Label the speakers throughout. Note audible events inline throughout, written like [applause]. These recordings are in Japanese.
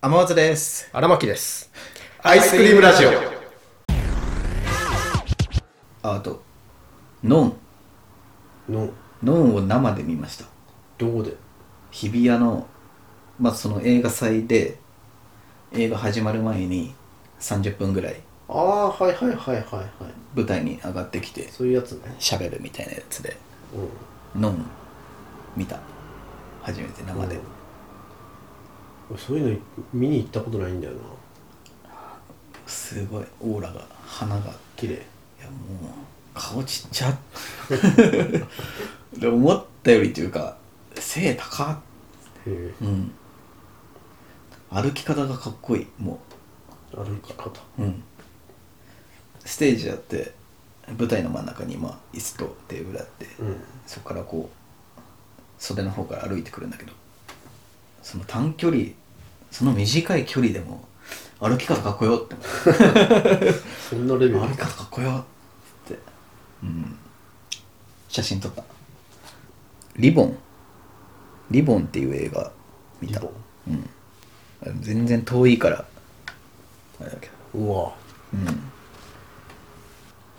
Speaker 1: 天松です
Speaker 2: 荒牧です。
Speaker 1: アイスクリームラジオ
Speaker 3: ああとノン
Speaker 2: の、
Speaker 3: ノンを生で見ました
Speaker 2: どこで
Speaker 3: 日比谷のまあその映画祭で映画始まる前に30分ぐらい
Speaker 2: ああ、はいはいはいはいはい。
Speaker 3: 舞台に上がってきて
Speaker 2: そういうやつね。
Speaker 3: 喋るみたいなやつで
Speaker 2: うん。
Speaker 3: ノン見た初めて生で、
Speaker 2: うん俺そういうの見に行ったことないんだよな。
Speaker 3: すごいオーラが花が
Speaker 2: 綺麗。
Speaker 3: いやもう顔ちっちゃ [laughs] で思ったよりというか背高っ
Speaker 2: へえ。
Speaker 3: うん歩き方がかっこいいも
Speaker 2: 歩き方。
Speaker 3: ううんステージあって舞台の真ん中にまあ椅子とテーブルあって、
Speaker 2: うん。
Speaker 3: そこからこう袖の方から歩いてくるんだけどその短距離その短い距離でも歩き方かっこよって思って
Speaker 2: そんなレベル。
Speaker 3: 歩き方かっこよって、うん、写真撮ったリボンリボンっていう映画見た
Speaker 2: リボ
Speaker 3: うんあの、全然遠いからあれだけど、
Speaker 2: うわ、
Speaker 3: うん、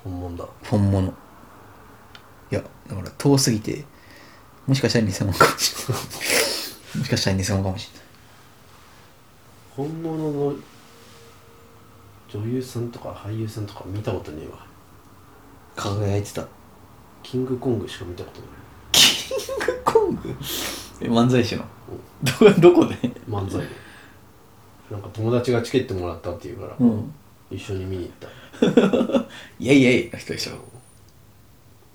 Speaker 2: 本物だ。
Speaker 3: 本物いやだから遠すぎてもしかしたら偽物かもしれない [laughs] もしかしたら偽物かもしれない
Speaker 2: 本物の女優さんとか俳優さんとか見たことねえわ。
Speaker 3: 輝いてた
Speaker 2: キングコングしか見たことない。
Speaker 3: キングコングえ漫才師のどどこで
Speaker 2: 漫 [laughs] 才で。なんか友達がチケットもらったって言うから、
Speaker 3: うん
Speaker 2: 一緒に見に行った。
Speaker 3: イエイイエイの人でしょ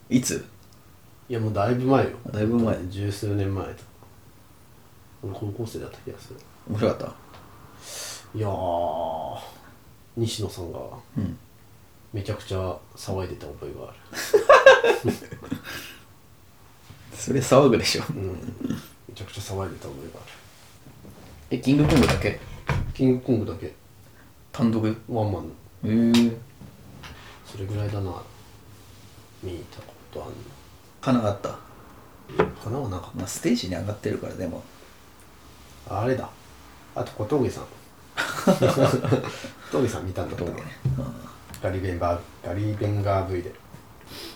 Speaker 3: いつ
Speaker 2: いやもうだいぶ前よ
Speaker 3: だいぶ前
Speaker 2: 十数年前とか俺高校生だった気がする
Speaker 3: 面白かっ
Speaker 2: いやー西野さんが
Speaker 3: たうん
Speaker 2: めちゃくちゃ騒いでた覚えがあ
Speaker 3: それ騒ぐでしょ
Speaker 2: る、うん、めちゃくちゃ騒いでた覚えがあ
Speaker 3: えキングコングだけ
Speaker 2: るキングコングだけ
Speaker 3: 単独へ
Speaker 2: ワンマン
Speaker 3: えー、
Speaker 2: それぐらいだな見に行ったことあ
Speaker 3: 花があった、
Speaker 2: んの花はなかっ
Speaker 3: まあ、ステージに上がってるからでも
Speaker 2: たあれだあと小
Speaker 3: [laughs]
Speaker 2: 峠さん小峠さん見たんだった
Speaker 3: どう
Speaker 2: な
Speaker 3: ね、
Speaker 2: ガリベンガーガリベンガー V で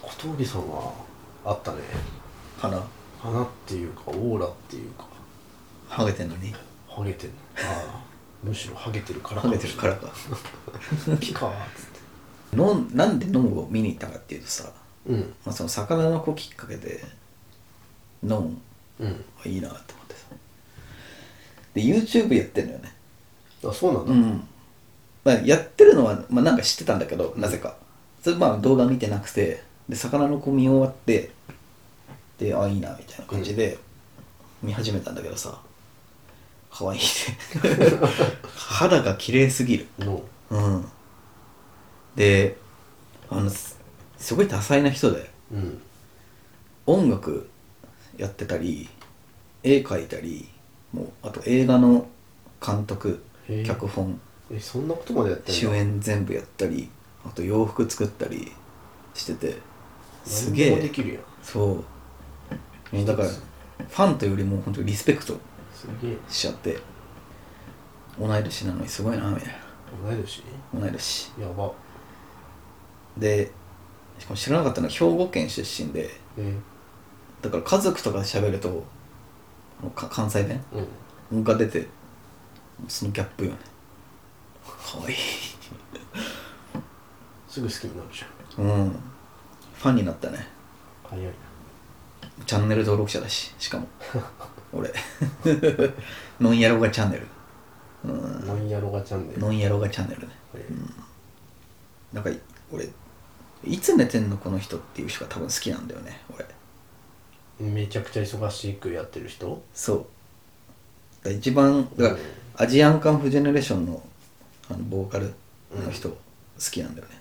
Speaker 2: 小峠さんはあったね
Speaker 3: 花
Speaker 2: 花っていうかオーラっていうか
Speaker 3: ハゲてんのに
Speaker 2: ハゲてんのああむしろハゲてるから
Speaker 3: ハゲてるからか
Speaker 2: [laughs] ピカーっつって
Speaker 3: のんなんでノンを見に行ったかっていうとさ、
Speaker 2: うん
Speaker 3: まあ、その魚の子きっかけでノン
Speaker 2: うん
Speaker 3: はいいなと思ってさで YouTube やってんのよね
Speaker 2: あそうなんだ、
Speaker 3: ん、まあ、やってるのは、まあ、なんか知ってたんだけどなぜかそれまあ動画見てなくてで魚の子見終わってであいいなみたいな感じで見始めたんだけどさ可
Speaker 2: [laughs]
Speaker 3: 愛いね肌が綺麗すぎる
Speaker 2: の
Speaker 3: うんであのすすごい多彩な人で
Speaker 2: うん
Speaker 3: 音楽やってたり絵描いたりもうあと映画の監督
Speaker 2: へえ
Speaker 3: 脚本
Speaker 2: えそんなことまでやってんだ
Speaker 3: 主演全部やったりあと洋服作ったりしててすげ
Speaker 2: 何でもで
Speaker 3: え
Speaker 2: きるやん
Speaker 3: そうねだからファンというよりも本当にリスペクト
Speaker 2: すげえ
Speaker 3: しちゃって同い年なのにすごいなみたい
Speaker 2: 同い年
Speaker 3: な同い年
Speaker 2: やば
Speaker 3: でしかも知らなかったのは兵庫県出身で
Speaker 2: え
Speaker 3: だから家族とかで喋るともうか関西弁
Speaker 2: うん
Speaker 3: が出てそのギャップよねかわいい
Speaker 2: すぐ好きになるじゃん
Speaker 3: うんファンになったね
Speaker 2: 早いな
Speaker 3: チャンネル登録者だし、しかも。俺。ノンヤロガチャンネル。うん。
Speaker 2: なんやろがチャンネル
Speaker 3: ノンヤロガチャンネルね。
Speaker 2: え
Speaker 3: なんか、俺、いつ寝てんのこの人っていう人が多分好きなんだよね、俺。
Speaker 2: めちゃくちゃ忙しくやってる人
Speaker 3: そう。だから一番、だから、アジアンカンフジェネレーションの、あの、ボーカルの人、好きなんだよね。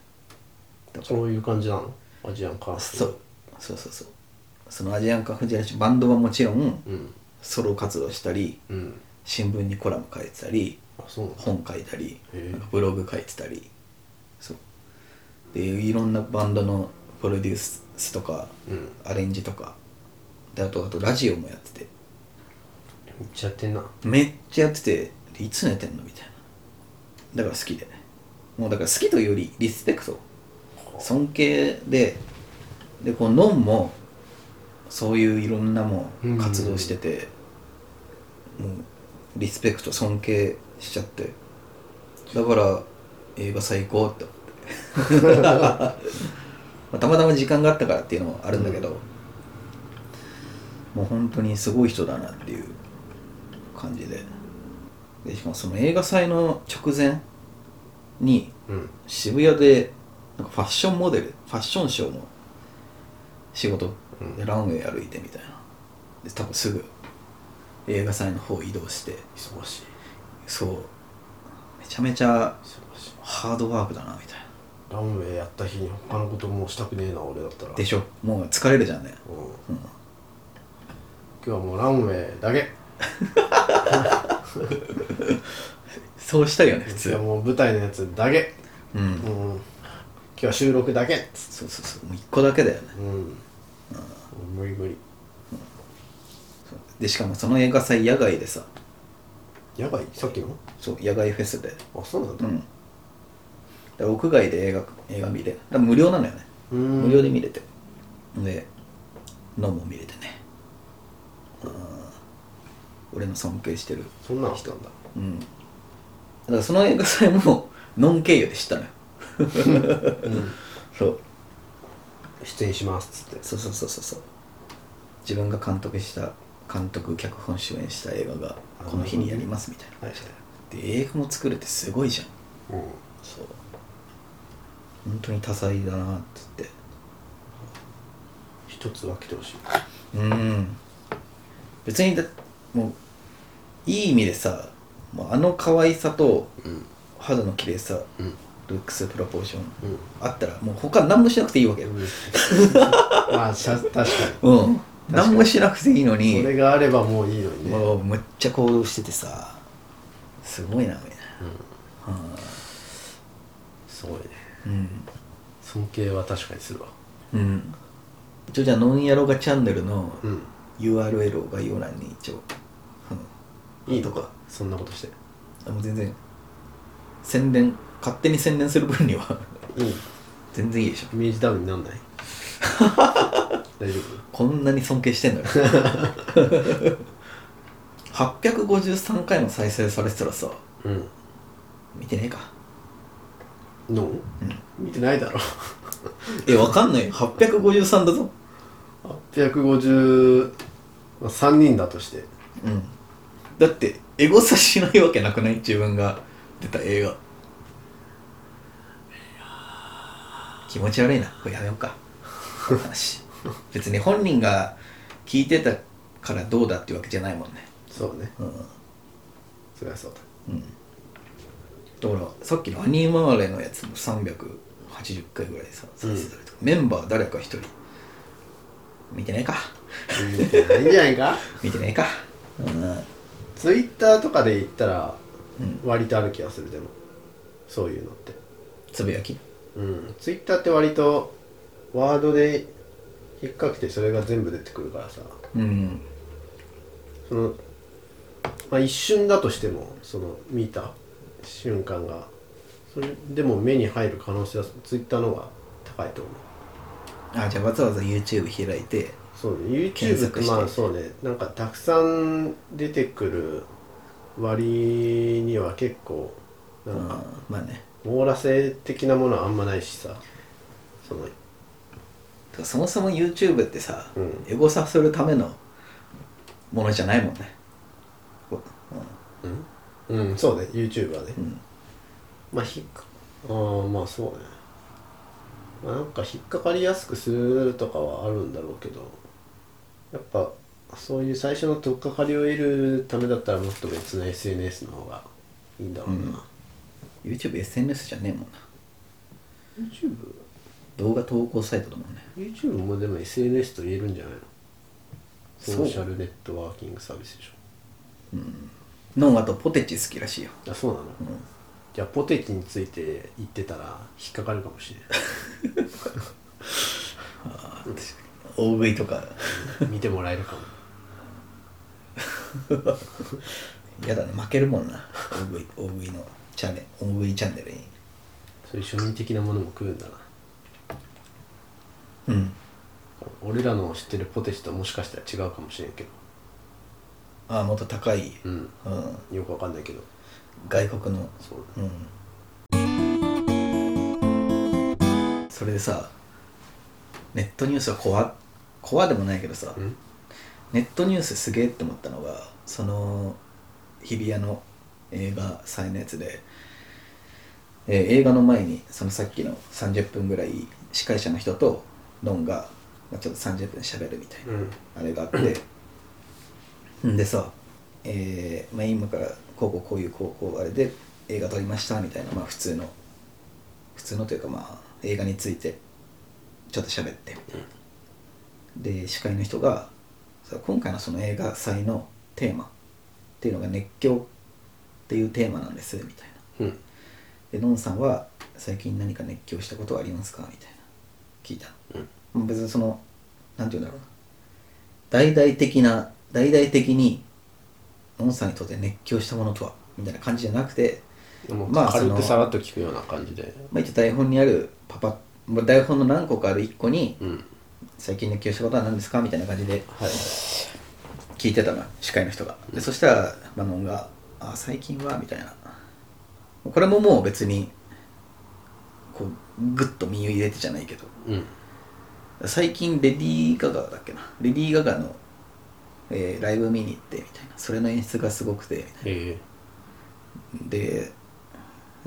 Speaker 2: そういう感じなのアジアンカーフ
Speaker 3: そう。そうそうそう。そのアジアンカンフジェネレーション、バンドはもちろん、
Speaker 2: うん
Speaker 3: ソロ活動したり、
Speaker 2: うん
Speaker 3: 新聞にコラム書いてたり、
Speaker 2: あそうなんだ
Speaker 3: 本書いたり
Speaker 2: へえ
Speaker 3: なんかブログ書いてたりそうでいろんなバンドのプロデュースとか
Speaker 2: うん
Speaker 3: アレンジとかであとあとラジオもやってて
Speaker 2: めっちゃやってんな
Speaker 3: めっちゃやっててでいつ寝てんのみたいなだから好きでもうだから好きというよりリスペクト尊敬ででこのノンもそういういろんなもう活動してて、もうリスペクト尊敬しちゃってだから映画最高って思って [laughs] まあたまたま時間があったからっていうのもあるんだけど、もう本当にすごい人だなっていう感じででしかもその映画祭の直前に
Speaker 2: うん
Speaker 3: 渋谷でなんかファッションモデルファッションショーの仕事
Speaker 2: うん
Speaker 3: でランウェイ歩いてみたいなで多分すぐ映画祭の方移動して
Speaker 2: 忙しい
Speaker 3: そうめちゃめちゃ
Speaker 2: 忙しい
Speaker 3: ハードワークだなみたい
Speaker 2: ランウェイやった日に他のこともうしたくねえな俺だったら
Speaker 3: なで
Speaker 2: し
Speaker 3: しょもう疲れるじゃんね
Speaker 2: ょ、うん、
Speaker 3: うん
Speaker 2: 今日はもうランウェイだけ
Speaker 3: そうしたいよね普
Speaker 2: い
Speaker 3: 通
Speaker 2: やもう舞台のやつだけ
Speaker 3: うん
Speaker 2: うん今日は収録だけっつ
Speaker 3: そうそうそうもう一個だけだよね
Speaker 2: うん、もう無理無理
Speaker 3: そうでしかもその映画祭野外でさ
Speaker 2: やばいさっきの
Speaker 3: そう野外フェスで
Speaker 2: あそうなん
Speaker 3: う
Speaker 2: だ
Speaker 3: んだから屋外で映画映画見れだから無料なのよね
Speaker 2: うん
Speaker 3: 無料で見れてで飲むも見れてねうん俺の尊敬してる
Speaker 2: そんなのしたんだ
Speaker 3: うんだからその映画祭もノン経由で知ったのよ [laughs] そう
Speaker 2: 出演しますっつって
Speaker 3: そうそうそうそうそう自分が監督した監督脚本主演した映画がこの日にやりますみたい
Speaker 2: はい
Speaker 3: なで映画も作れてすごいじゃん
Speaker 2: うん
Speaker 3: そう本当に多彩だなっつって
Speaker 2: 一つ分けてほしい
Speaker 3: うん別にだもういい意味でさもうあの可愛さと
Speaker 2: うん
Speaker 3: 肌の綺麗さ
Speaker 2: うん
Speaker 3: ルックスプロポーション
Speaker 2: [laughs] うん
Speaker 3: あったらもう他何もしなくていいわけよ
Speaker 2: まあしゃ確かに
Speaker 3: うん何もしなくていいのに
Speaker 2: それがあればもういいのにね
Speaker 3: もうむっちゃ行動しててさすごいなみたいな
Speaker 2: すごいね
Speaker 3: うん
Speaker 2: 尊敬は確かにするわ
Speaker 3: うん、うん、一応じゃあノンヤロガチャンネルの
Speaker 2: うん
Speaker 3: URL を概要欄に一応、うん、
Speaker 2: いいの
Speaker 3: か
Speaker 2: そんなことして
Speaker 3: もう全然宣伝勝手に宣伝する分には
Speaker 2: いい
Speaker 3: 全然いいでしょ
Speaker 2: イメージダウンになんない [laughs] 大丈
Speaker 3: こんなに尊敬してんのよ853回も再生されてたらさ
Speaker 2: 夫うん
Speaker 3: 見てねえか
Speaker 2: ノン見てないだろ
Speaker 3: えわかんないよ853だぞ
Speaker 2: 853人だとして
Speaker 3: うんだってエゴサしないわけなくない自分が出た映画気持ち悪いなこれやめようかこの話別に本人が聞いてたからどうだっていうわけじゃないもんね
Speaker 2: そうね
Speaker 3: うん
Speaker 2: そりゃそうだ
Speaker 3: だからさっきのアニーマーレのやつも380回ぐらいさ再生されてるメンバー誰か一人見てないか
Speaker 2: [laughs] 見てないんじゃないか
Speaker 3: 見てないかうん
Speaker 2: ツイッターとかで言ったら
Speaker 3: うん
Speaker 2: 割とある気がするでもそういうのって
Speaker 3: つぶやき
Speaker 2: うんツイッターって割とワードで引っ掛けてそれが全部出てくるからさ
Speaker 3: うん
Speaker 2: その、まあ、一瞬だとしてもその見た瞬間がそれでも目に入る可能性はツイッターの方が高いと思う
Speaker 3: あじゃあわざわざ YouTube 開いて
Speaker 2: そうね
Speaker 3: 検
Speaker 2: YouTube っ
Speaker 3: 索
Speaker 2: て
Speaker 3: して
Speaker 2: まあそうねなんかたくさん出てくる割には結構
Speaker 3: う
Speaker 2: なんんか
Speaker 3: まあね
Speaker 2: 網羅性的なものはあんまないしさその
Speaker 3: てかそもそも YouTube ってさ、
Speaker 2: うん
Speaker 3: エゴサするためのものじゃないもんねこ
Speaker 2: うん、うん、そうね YouTube はね、
Speaker 3: うん
Speaker 2: まあひっかああまあそうね、まあ、なんか引っかかりやすくするとかはあるんだろうけどやっぱそういう最初の取っかかりを得るためだったらもっと別の SNS の方がいいんだろうな、
Speaker 3: う YouTubeSNS じゃねえもんな
Speaker 2: YouTube?
Speaker 3: 動画投稿サイトだもんね
Speaker 2: YouTube もでも SNS と言えるんじゃないの
Speaker 3: そう
Speaker 2: ソーシャルネットワーキングサービスでし
Speaker 3: ノンあとポテチ好きらしいよ
Speaker 2: ょあそうなの、
Speaker 3: ん
Speaker 2: じゃあポテチについて言ってたら引っかかるかもし
Speaker 3: 大食いとか
Speaker 2: れない見てもらえるかも
Speaker 3: やだね負けるもんな大食い大食いのチャンネル大食いチャンネルに
Speaker 2: そういう庶民的なものも食うんだな
Speaker 3: うん
Speaker 2: 俺らの知ってるポテチともしかしたら違うかもしれんけど
Speaker 3: ああもっと高い、
Speaker 2: うん
Speaker 3: うん、
Speaker 2: よくわかんないけど
Speaker 3: 外国の
Speaker 2: そう
Speaker 3: うんそれでさネットニュースは怖怖でもないけどさ、
Speaker 2: うん
Speaker 3: ネットニュースすげえって思ったのがその日比谷の映画祭のやつで、えー映画の前にそのさっきの30分ぐらい司会者の人とドンがまあちょっと30分喋るみたいな
Speaker 2: うん
Speaker 3: あれがあってんでさ、えーまあ、今からこうこうこういうこうこうあれで映画撮りましたみたいな、まあ、普通の普通のというかまあ映画についてちょっと喋ってみたいなで司会の人がさ今回のその映画祭のテーマっていうのが熱狂っていうテーマなんですみたいな
Speaker 2: うん
Speaker 3: でのんさんは最近何か熱狂したことはありますかみたいな聞いたの、まあ別にそのなんて言うんだろうな大々的な大々的にのんさんにとって熱狂したものとはみたいな感じじゃなくて、
Speaker 2: でも
Speaker 3: まあ
Speaker 2: 軽
Speaker 3: そ
Speaker 2: く
Speaker 3: の
Speaker 2: さらっと聞くような感じで
Speaker 3: まあ、一応台本にあるパパまあ台本の何個かある1個に
Speaker 2: うん
Speaker 3: 最近熱狂したことは何ですかみたいな感じで
Speaker 2: はい
Speaker 3: 聞いてたの司会の人がでそしたらマノンが「あ最近は」みたいなこれももう別にこうグッと身を入れてじゃないけど
Speaker 2: うん
Speaker 3: 最近レディー・ガガだっけなレディー・ガガの、えーライブ見に行ってみたいなそれの演出がすごくてみたい
Speaker 2: え
Speaker 3: なで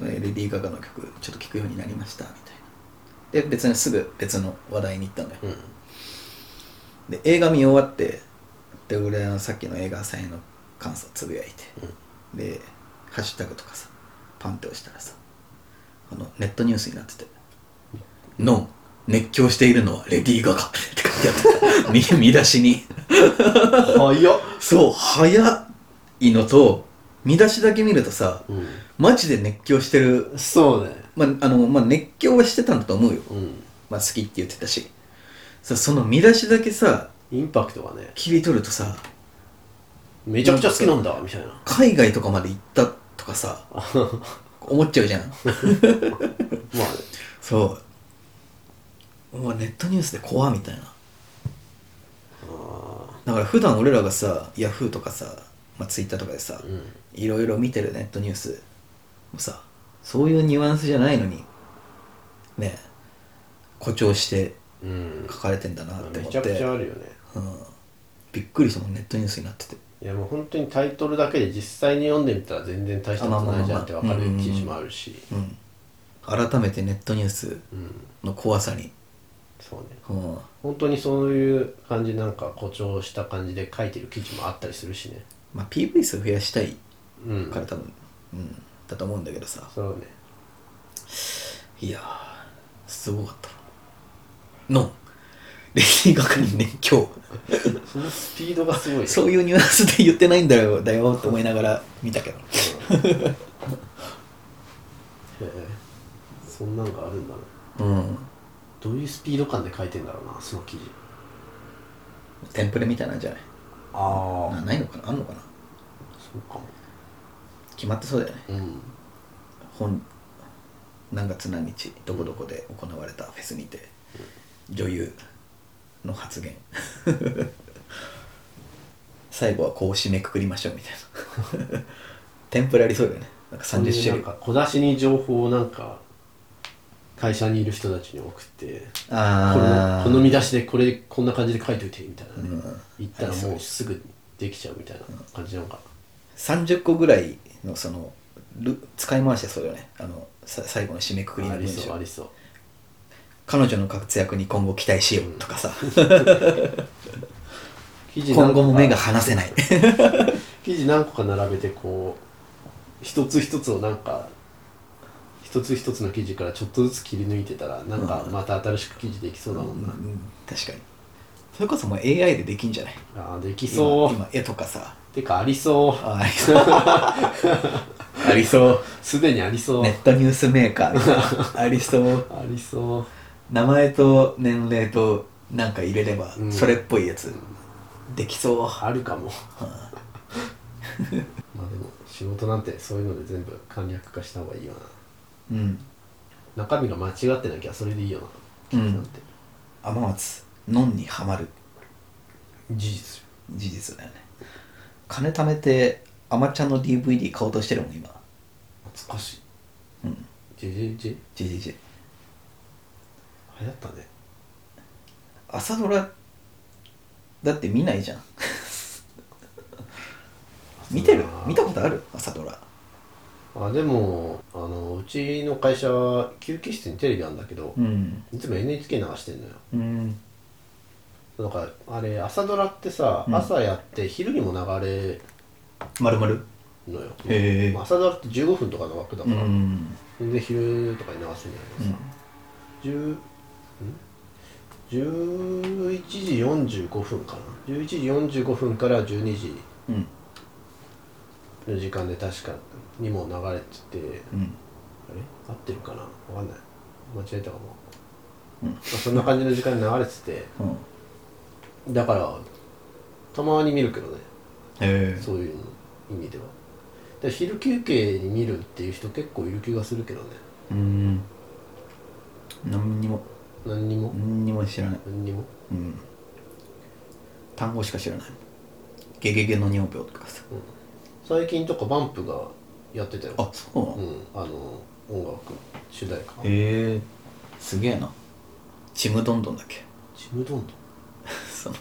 Speaker 3: えーレディー・ガガの曲ちょっと聴くようになりましたみたいなで別にすぐ別の話題に行ったのよ
Speaker 2: え
Speaker 3: で映画見終わってで俺あのさっきの映画祭の感想つぶやいて、でハッシュタグとかさパンって押したらさあのネットニュースになってて「ノン熱狂しているのはレディー・ガガ」って書いてあった [laughs] 見見出しに
Speaker 2: うん早っ
Speaker 3: そう早いのと見出しだけ見るとさ
Speaker 2: う
Speaker 3: マジで熱狂してる
Speaker 2: んそうね
Speaker 3: まああの、まあ、熱狂はしてたんだと思うよ、
Speaker 2: うん
Speaker 3: まあ、好きって言ってたしさその見出しだけさ
Speaker 2: インパクトがね
Speaker 3: 切り取るとさ
Speaker 2: めちゃくちゃ好きなんだみたいな
Speaker 3: 海外とかまで行ったとかさ
Speaker 2: まあ
Speaker 3: 思っちゃうじゃん
Speaker 2: ね
Speaker 3: そううわネットニュースで怖みたいな
Speaker 2: あ
Speaker 3: だから普段俺らがさヤフーとかさ、まあ、ツイッターとかでさ
Speaker 2: ーうん
Speaker 3: いろいろ見てるネットニュースもさそういうニュアンスじゃないのにね誇張して
Speaker 2: うん
Speaker 3: 書かれてんだなって
Speaker 2: め
Speaker 3: 思っ
Speaker 2: ちゃく
Speaker 3: て
Speaker 2: ちゃあるよね
Speaker 3: うん、びっくりしたもんネットニュースになってて
Speaker 2: いやもう本当にタイトルだけで実際に読んでみたら全然大したことないじゃんってわかる記事もあるし
Speaker 3: うん改めてネットニュース
Speaker 2: うん
Speaker 3: の怖さに、
Speaker 2: そうね
Speaker 3: うん、
Speaker 2: 本当にそういう感じなんか誇張した感じで書いてる記事もあったりするしね
Speaker 3: まあ PV 数増やしたい
Speaker 2: うん
Speaker 3: から多分、うん、だと思うんだけどさ
Speaker 2: そうね
Speaker 3: いやーすごかったなのレディー・ガガに熱狂
Speaker 2: そのスピードがすごいね
Speaker 3: そういうニュアンスで言ってないんだよだよと思いながら見たけど
Speaker 2: へえそんなんがあるんだね
Speaker 3: うん
Speaker 2: どういうスピード感で書いてんだろうなその記事
Speaker 3: テンプレみたいなんじゃない
Speaker 2: あ
Speaker 3: なないのかなあんのかな
Speaker 2: そうかも
Speaker 3: 決まってそうだよね
Speaker 2: うん
Speaker 3: 本何月何日どこどこで行われたフェスにて女優の発言 [laughs] 最後はこう締めくくりましょうみたいな [laughs] テンプレありそうだよねなんか30種
Speaker 2: そういうなん
Speaker 3: 類
Speaker 2: か小出しに情報をなんか会社にいる人たちに送ってこ
Speaker 3: あ
Speaker 2: の
Speaker 3: ー
Speaker 2: この見出しでこれこんな感じで書いといてみたいなね、
Speaker 3: うん
Speaker 2: 言ったらもうすぐできちゃうみたいな感じなのか
Speaker 3: 30個ぐらいのそのル使い回してそうだよねあのさ最後の締めくくり
Speaker 2: な、
Speaker 3: の
Speaker 2: あ
Speaker 3: 文
Speaker 2: りそうあ
Speaker 3: 章
Speaker 2: りそう
Speaker 3: 彼女の活躍に今後期待しようとかさ、
Speaker 2: 記事
Speaker 3: 今
Speaker 2: 何個
Speaker 3: 後
Speaker 2: か
Speaker 3: も目が離せ [laughs] ない
Speaker 2: 記事何個か並べてこう一つ一つをなんか一つ一つの記事からちょっとずつ切り抜いてたらなんかまた新しく記事できそうだもんな、
Speaker 3: 確かにそれこそもう AI でできんじゃない
Speaker 2: あーできそう
Speaker 3: 今今絵とかさ
Speaker 2: てかありそう
Speaker 3: あありそうありそう
Speaker 2: [laughs] すでにありそう、
Speaker 3: ネットニュースメーカーみたいなありそう
Speaker 2: ありそう
Speaker 3: 名前と年齢となんか入れれば
Speaker 2: うん [laughs]
Speaker 3: それっぽいやつできそう
Speaker 2: あるかもまあでも仕事なんてそういうので全部簡略化した方がいいよ
Speaker 3: うん
Speaker 2: な中身が間違ってなきゃそれでいいよな
Speaker 3: う
Speaker 2: 計算っ
Speaker 3: ん
Speaker 2: て
Speaker 3: 天松のんにはまる
Speaker 2: 事実よ
Speaker 3: 事実だよね金貯めてアマちゃんの DVD 買おうとしてるもん今
Speaker 2: 懐かしい
Speaker 3: うん
Speaker 2: ジェジェジェ
Speaker 3: JJJ
Speaker 2: 流行ったね
Speaker 3: 朝ドラだって見ないじゃん見てる見たことある朝ドラ
Speaker 2: あでもあのうちの会社休憩室にテレビあるんだけど、
Speaker 3: うん
Speaker 2: いつも NHK 流してんのよ
Speaker 3: うん
Speaker 2: だからあれ朝ドラってさ、
Speaker 3: うん
Speaker 2: 朝やって昼にも流れ
Speaker 3: まるまる
Speaker 2: るのよ、
Speaker 3: へえ
Speaker 2: まあ朝ドラって15分とかの枠だ
Speaker 3: う
Speaker 2: から、
Speaker 3: ん
Speaker 2: 全然昼とかに流せないのさ、10ん11時45分かな11時45分から12時
Speaker 3: うん
Speaker 2: の時間で確かにも流れてて
Speaker 3: うん
Speaker 2: あれ合ってるかなわかんない間違えたかも、
Speaker 3: うん
Speaker 2: まあ、そんな感じの時間に流れてて
Speaker 3: うんへ
Speaker 2: だからたまに見るけどね
Speaker 3: え
Speaker 2: そういう意味ではで昼休憩に見るっていう人結構いる気がするけどね
Speaker 3: うん何にも
Speaker 2: 何にも、
Speaker 3: 何にも知らない
Speaker 2: 何にも
Speaker 3: うん単語しか知らないゲゲゲの尿病とかさ
Speaker 2: 最近とかバンプがやってたよ
Speaker 3: あそうなの
Speaker 2: うんあの音楽主題歌
Speaker 3: へえすげえなちむどんどんだっけ
Speaker 2: ちむどんどん
Speaker 3: その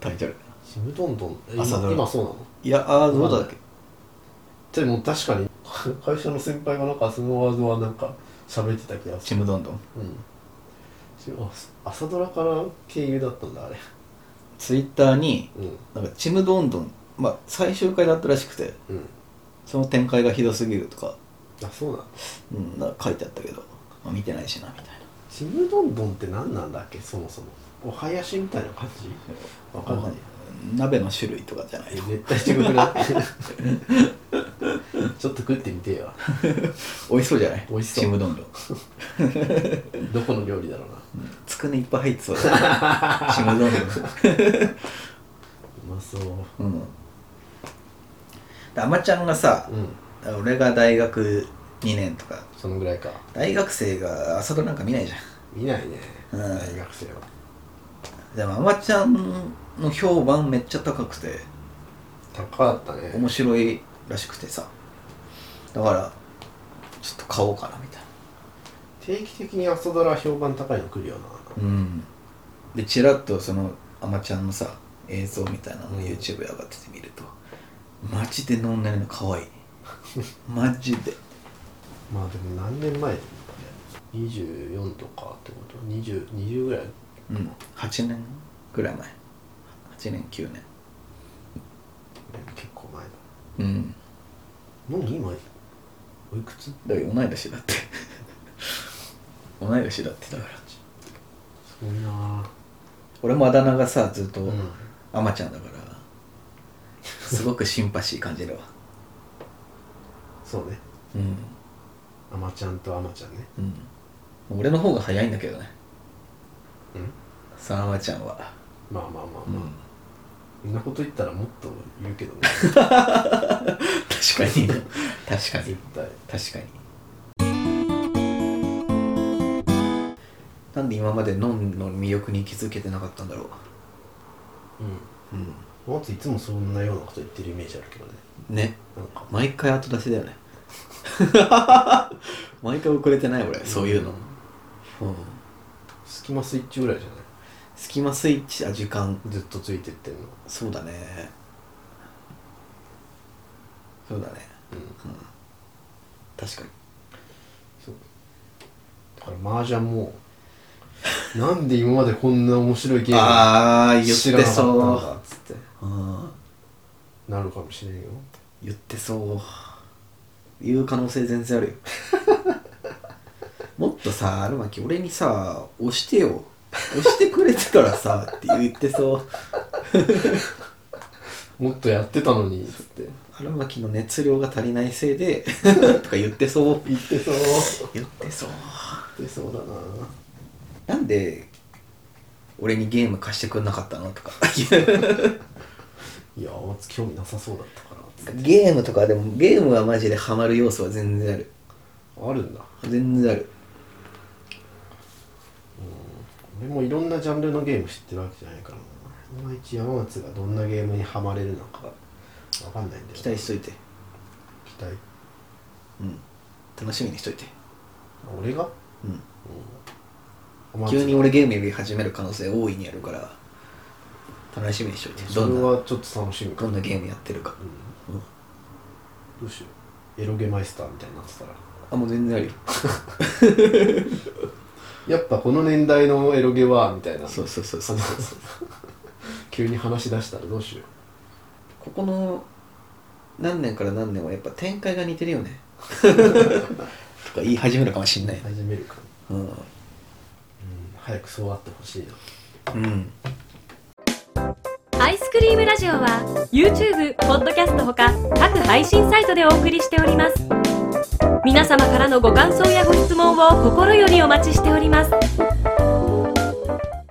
Speaker 3: タイトル
Speaker 2: ちむどんどんえ今
Speaker 3: 朝ドラ
Speaker 2: 今そうなの
Speaker 3: いやあーどうだっけ
Speaker 2: でも確かに会社の先輩がなんかそのワードはなんか喋ってた気がす
Speaker 3: ち
Speaker 2: る
Speaker 3: むどんどん
Speaker 2: うんちあ朝ドラから経由だったんだあれ
Speaker 3: ツイッターに
Speaker 2: うん
Speaker 3: なんかちむどんどんまあ最終回だったらしくて
Speaker 2: うん
Speaker 3: その展開がひどすぎるとか,、
Speaker 2: あそうなんだ
Speaker 3: うん、なんか書いてあったけど、まあ、見てないしなみたいな
Speaker 2: ちむどんどんって何なんだっけそもそもお囃子みたいな感じわかんない
Speaker 3: 鍋の種類とかじゃない
Speaker 2: え [laughs] 絶対地獄だ [laughs] ちょっと食ってみてよ
Speaker 3: 美味しそうじゃない
Speaker 2: 美味しそう
Speaker 3: ちむどんどん
Speaker 2: どこの料理だろうな
Speaker 3: つくねいっぱい入ってそうだね
Speaker 2: [laughs]
Speaker 3: ちむどんどん
Speaker 2: うまそうう
Speaker 3: うんであまちゃんがさ
Speaker 2: ん
Speaker 3: 俺が大学2年とか
Speaker 2: そのぐらいか
Speaker 3: 大学生が朝ドラなんか見ないじゃ
Speaker 2: 見ないね、
Speaker 3: うん
Speaker 2: 大学生は
Speaker 3: んでもあまちゃんの評判めっちゃ高くて
Speaker 2: 高かったね
Speaker 3: 面白いらしくてさだからちょっと買おうかなみたい
Speaker 2: 定期的に朝ドラ評判高いの来るよな
Speaker 3: なうんでチラッとそのあまちゃんのさ映像みたいなの
Speaker 2: うん
Speaker 3: YouTube 上がってて見るとマジで飲んでるの可愛いマジで
Speaker 2: まあでも何年前だったね24とかってこと 20, 20ぐらい
Speaker 3: うん8年ぐらい前8年9年
Speaker 2: 結構前だ
Speaker 3: うん
Speaker 2: 何今おいくつ
Speaker 3: だから同い年だって [laughs] 同い年だってだから
Speaker 2: すごいな
Speaker 3: 俺もあだ名がさずっ
Speaker 2: う
Speaker 3: と
Speaker 2: ん
Speaker 3: あまちゃんだからすごくシンパシー感じるわ
Speaker 2: そうね
Speaker 3: うん
Speaker 2: あまちゃんとあまちゃんね
Speaker 3: うん俺の方が早いんだけどね
Speaker 2: うん
Speaker 3: さあまちゃんは
Speaker 2: まあまあまあ
Speaker 3: うん
Speaker 2: まあ、そんなこと言ったらもっと言うけどね
Speaker 3: 確かに確か
Speaker 2: 絶
Speaker 3: に
Speaker 2: 対
Speaker 3: 確かになんで今までノンの魅力に気づけてなかったんだろ
Speaker 2: う
Speaker 3: ううん
Speaker 2: んもついつもそんなようなこと言ってるイメージあるけどね
Speaker 3: ね
Speaker 2: なんか
Speaker 3: 毎回後出しだよ [laughs] ね毎回遅れてない俺そういうの、うん、
Speaker 2: スキマスイッチぐらいじゃな
Speaker 3: スキマスイッチあ時間
Speaker 2: いずっとついてってんの
Speaker 3: そうだねそうだね
Speaker 2: うん
Speaker 3: うん確かに
Speaker 2: そうだから麻雀もなんで今までこんな面白いゲーム
Speaker 3: ああ言
Speaker 2: 知
Speaker 3: っ
Speaker 2: らな
Speaker 3: て
Speaker 2: かったんだ
Speaker 3: そ
Speaker 2: っつって
Speaker 3: う、うん、
Speaker 2: なるかもしれんよ
Speaker 3: 言ってそう言う可能性全然あるよ [laughs] もっとさアルマキ俺にさ押してよ押してくれてたらさって言ってそう
Speaker 2: もっとやってたのにつって
Speaker 3: 荒牧の熱量が足りないせいで [laughs] とか言ってそう
Speaker 2: 言ってそう
Speaker 3: 言ってそう
Speaker 2: 言ってそうだな
Speaker 3: なんで俺にゲーム貸してくんなかったのとか
Speaker 2: いやあまつ興味なさそうだったから
Speaker 3: ゲームとかでもゲームはマジでハマる要素は全然ある
Speaker 2: あるんだ
Speaker 3: 全然ある
Speaker 2: 俺もいろんなジャンルのゲーム知ってるわけじゃないからないまいち山松がどんなゲームにはまれるのかわかんないんだよな
Speaker 3: 期待しといて
Speaker 2: 期待
Speaker 3: うん楽しみにしといて
Speaker 2: 俺が
Speaker 3: うん
Speaker 2: お前
Speaker 3: 急に俺ゲームやり始める可能性大いにあるから楽しみにしといて
Speaker 2: そ
Speaker 3: ど
Speaker 2: れ
Speaker 3: んな
Speaker 2: はちょっと楽しみか
Speaker 3: どんなゲームやってるか
Speaker 2: うんどうしようエロゲマイスターみたいになってたら
Speaker 3: あもう全然あるよ
Speaker 2: やっぱこの年代のエロゲはみたいな
Speaker 3: そうそうそうそうそう
Speaker 2: [laughs] 急に話し出したらどうしよ
Speaker 3: ここの何年から何年はやっぱ展開が似てるよ [laughs] ねとか言い始めるかもしんないう
Speaker 2: 始めるか、
Speaker 3: うん、
Speaker 2: うん、早くそうあってほしいな
Speaker 3: うん、
Speaker 4: アイスクリームラジオは YouTube、ポッドキャストほか各配信サイトでお送りしております皆様からのご感想やご質問を心よりお待ちしております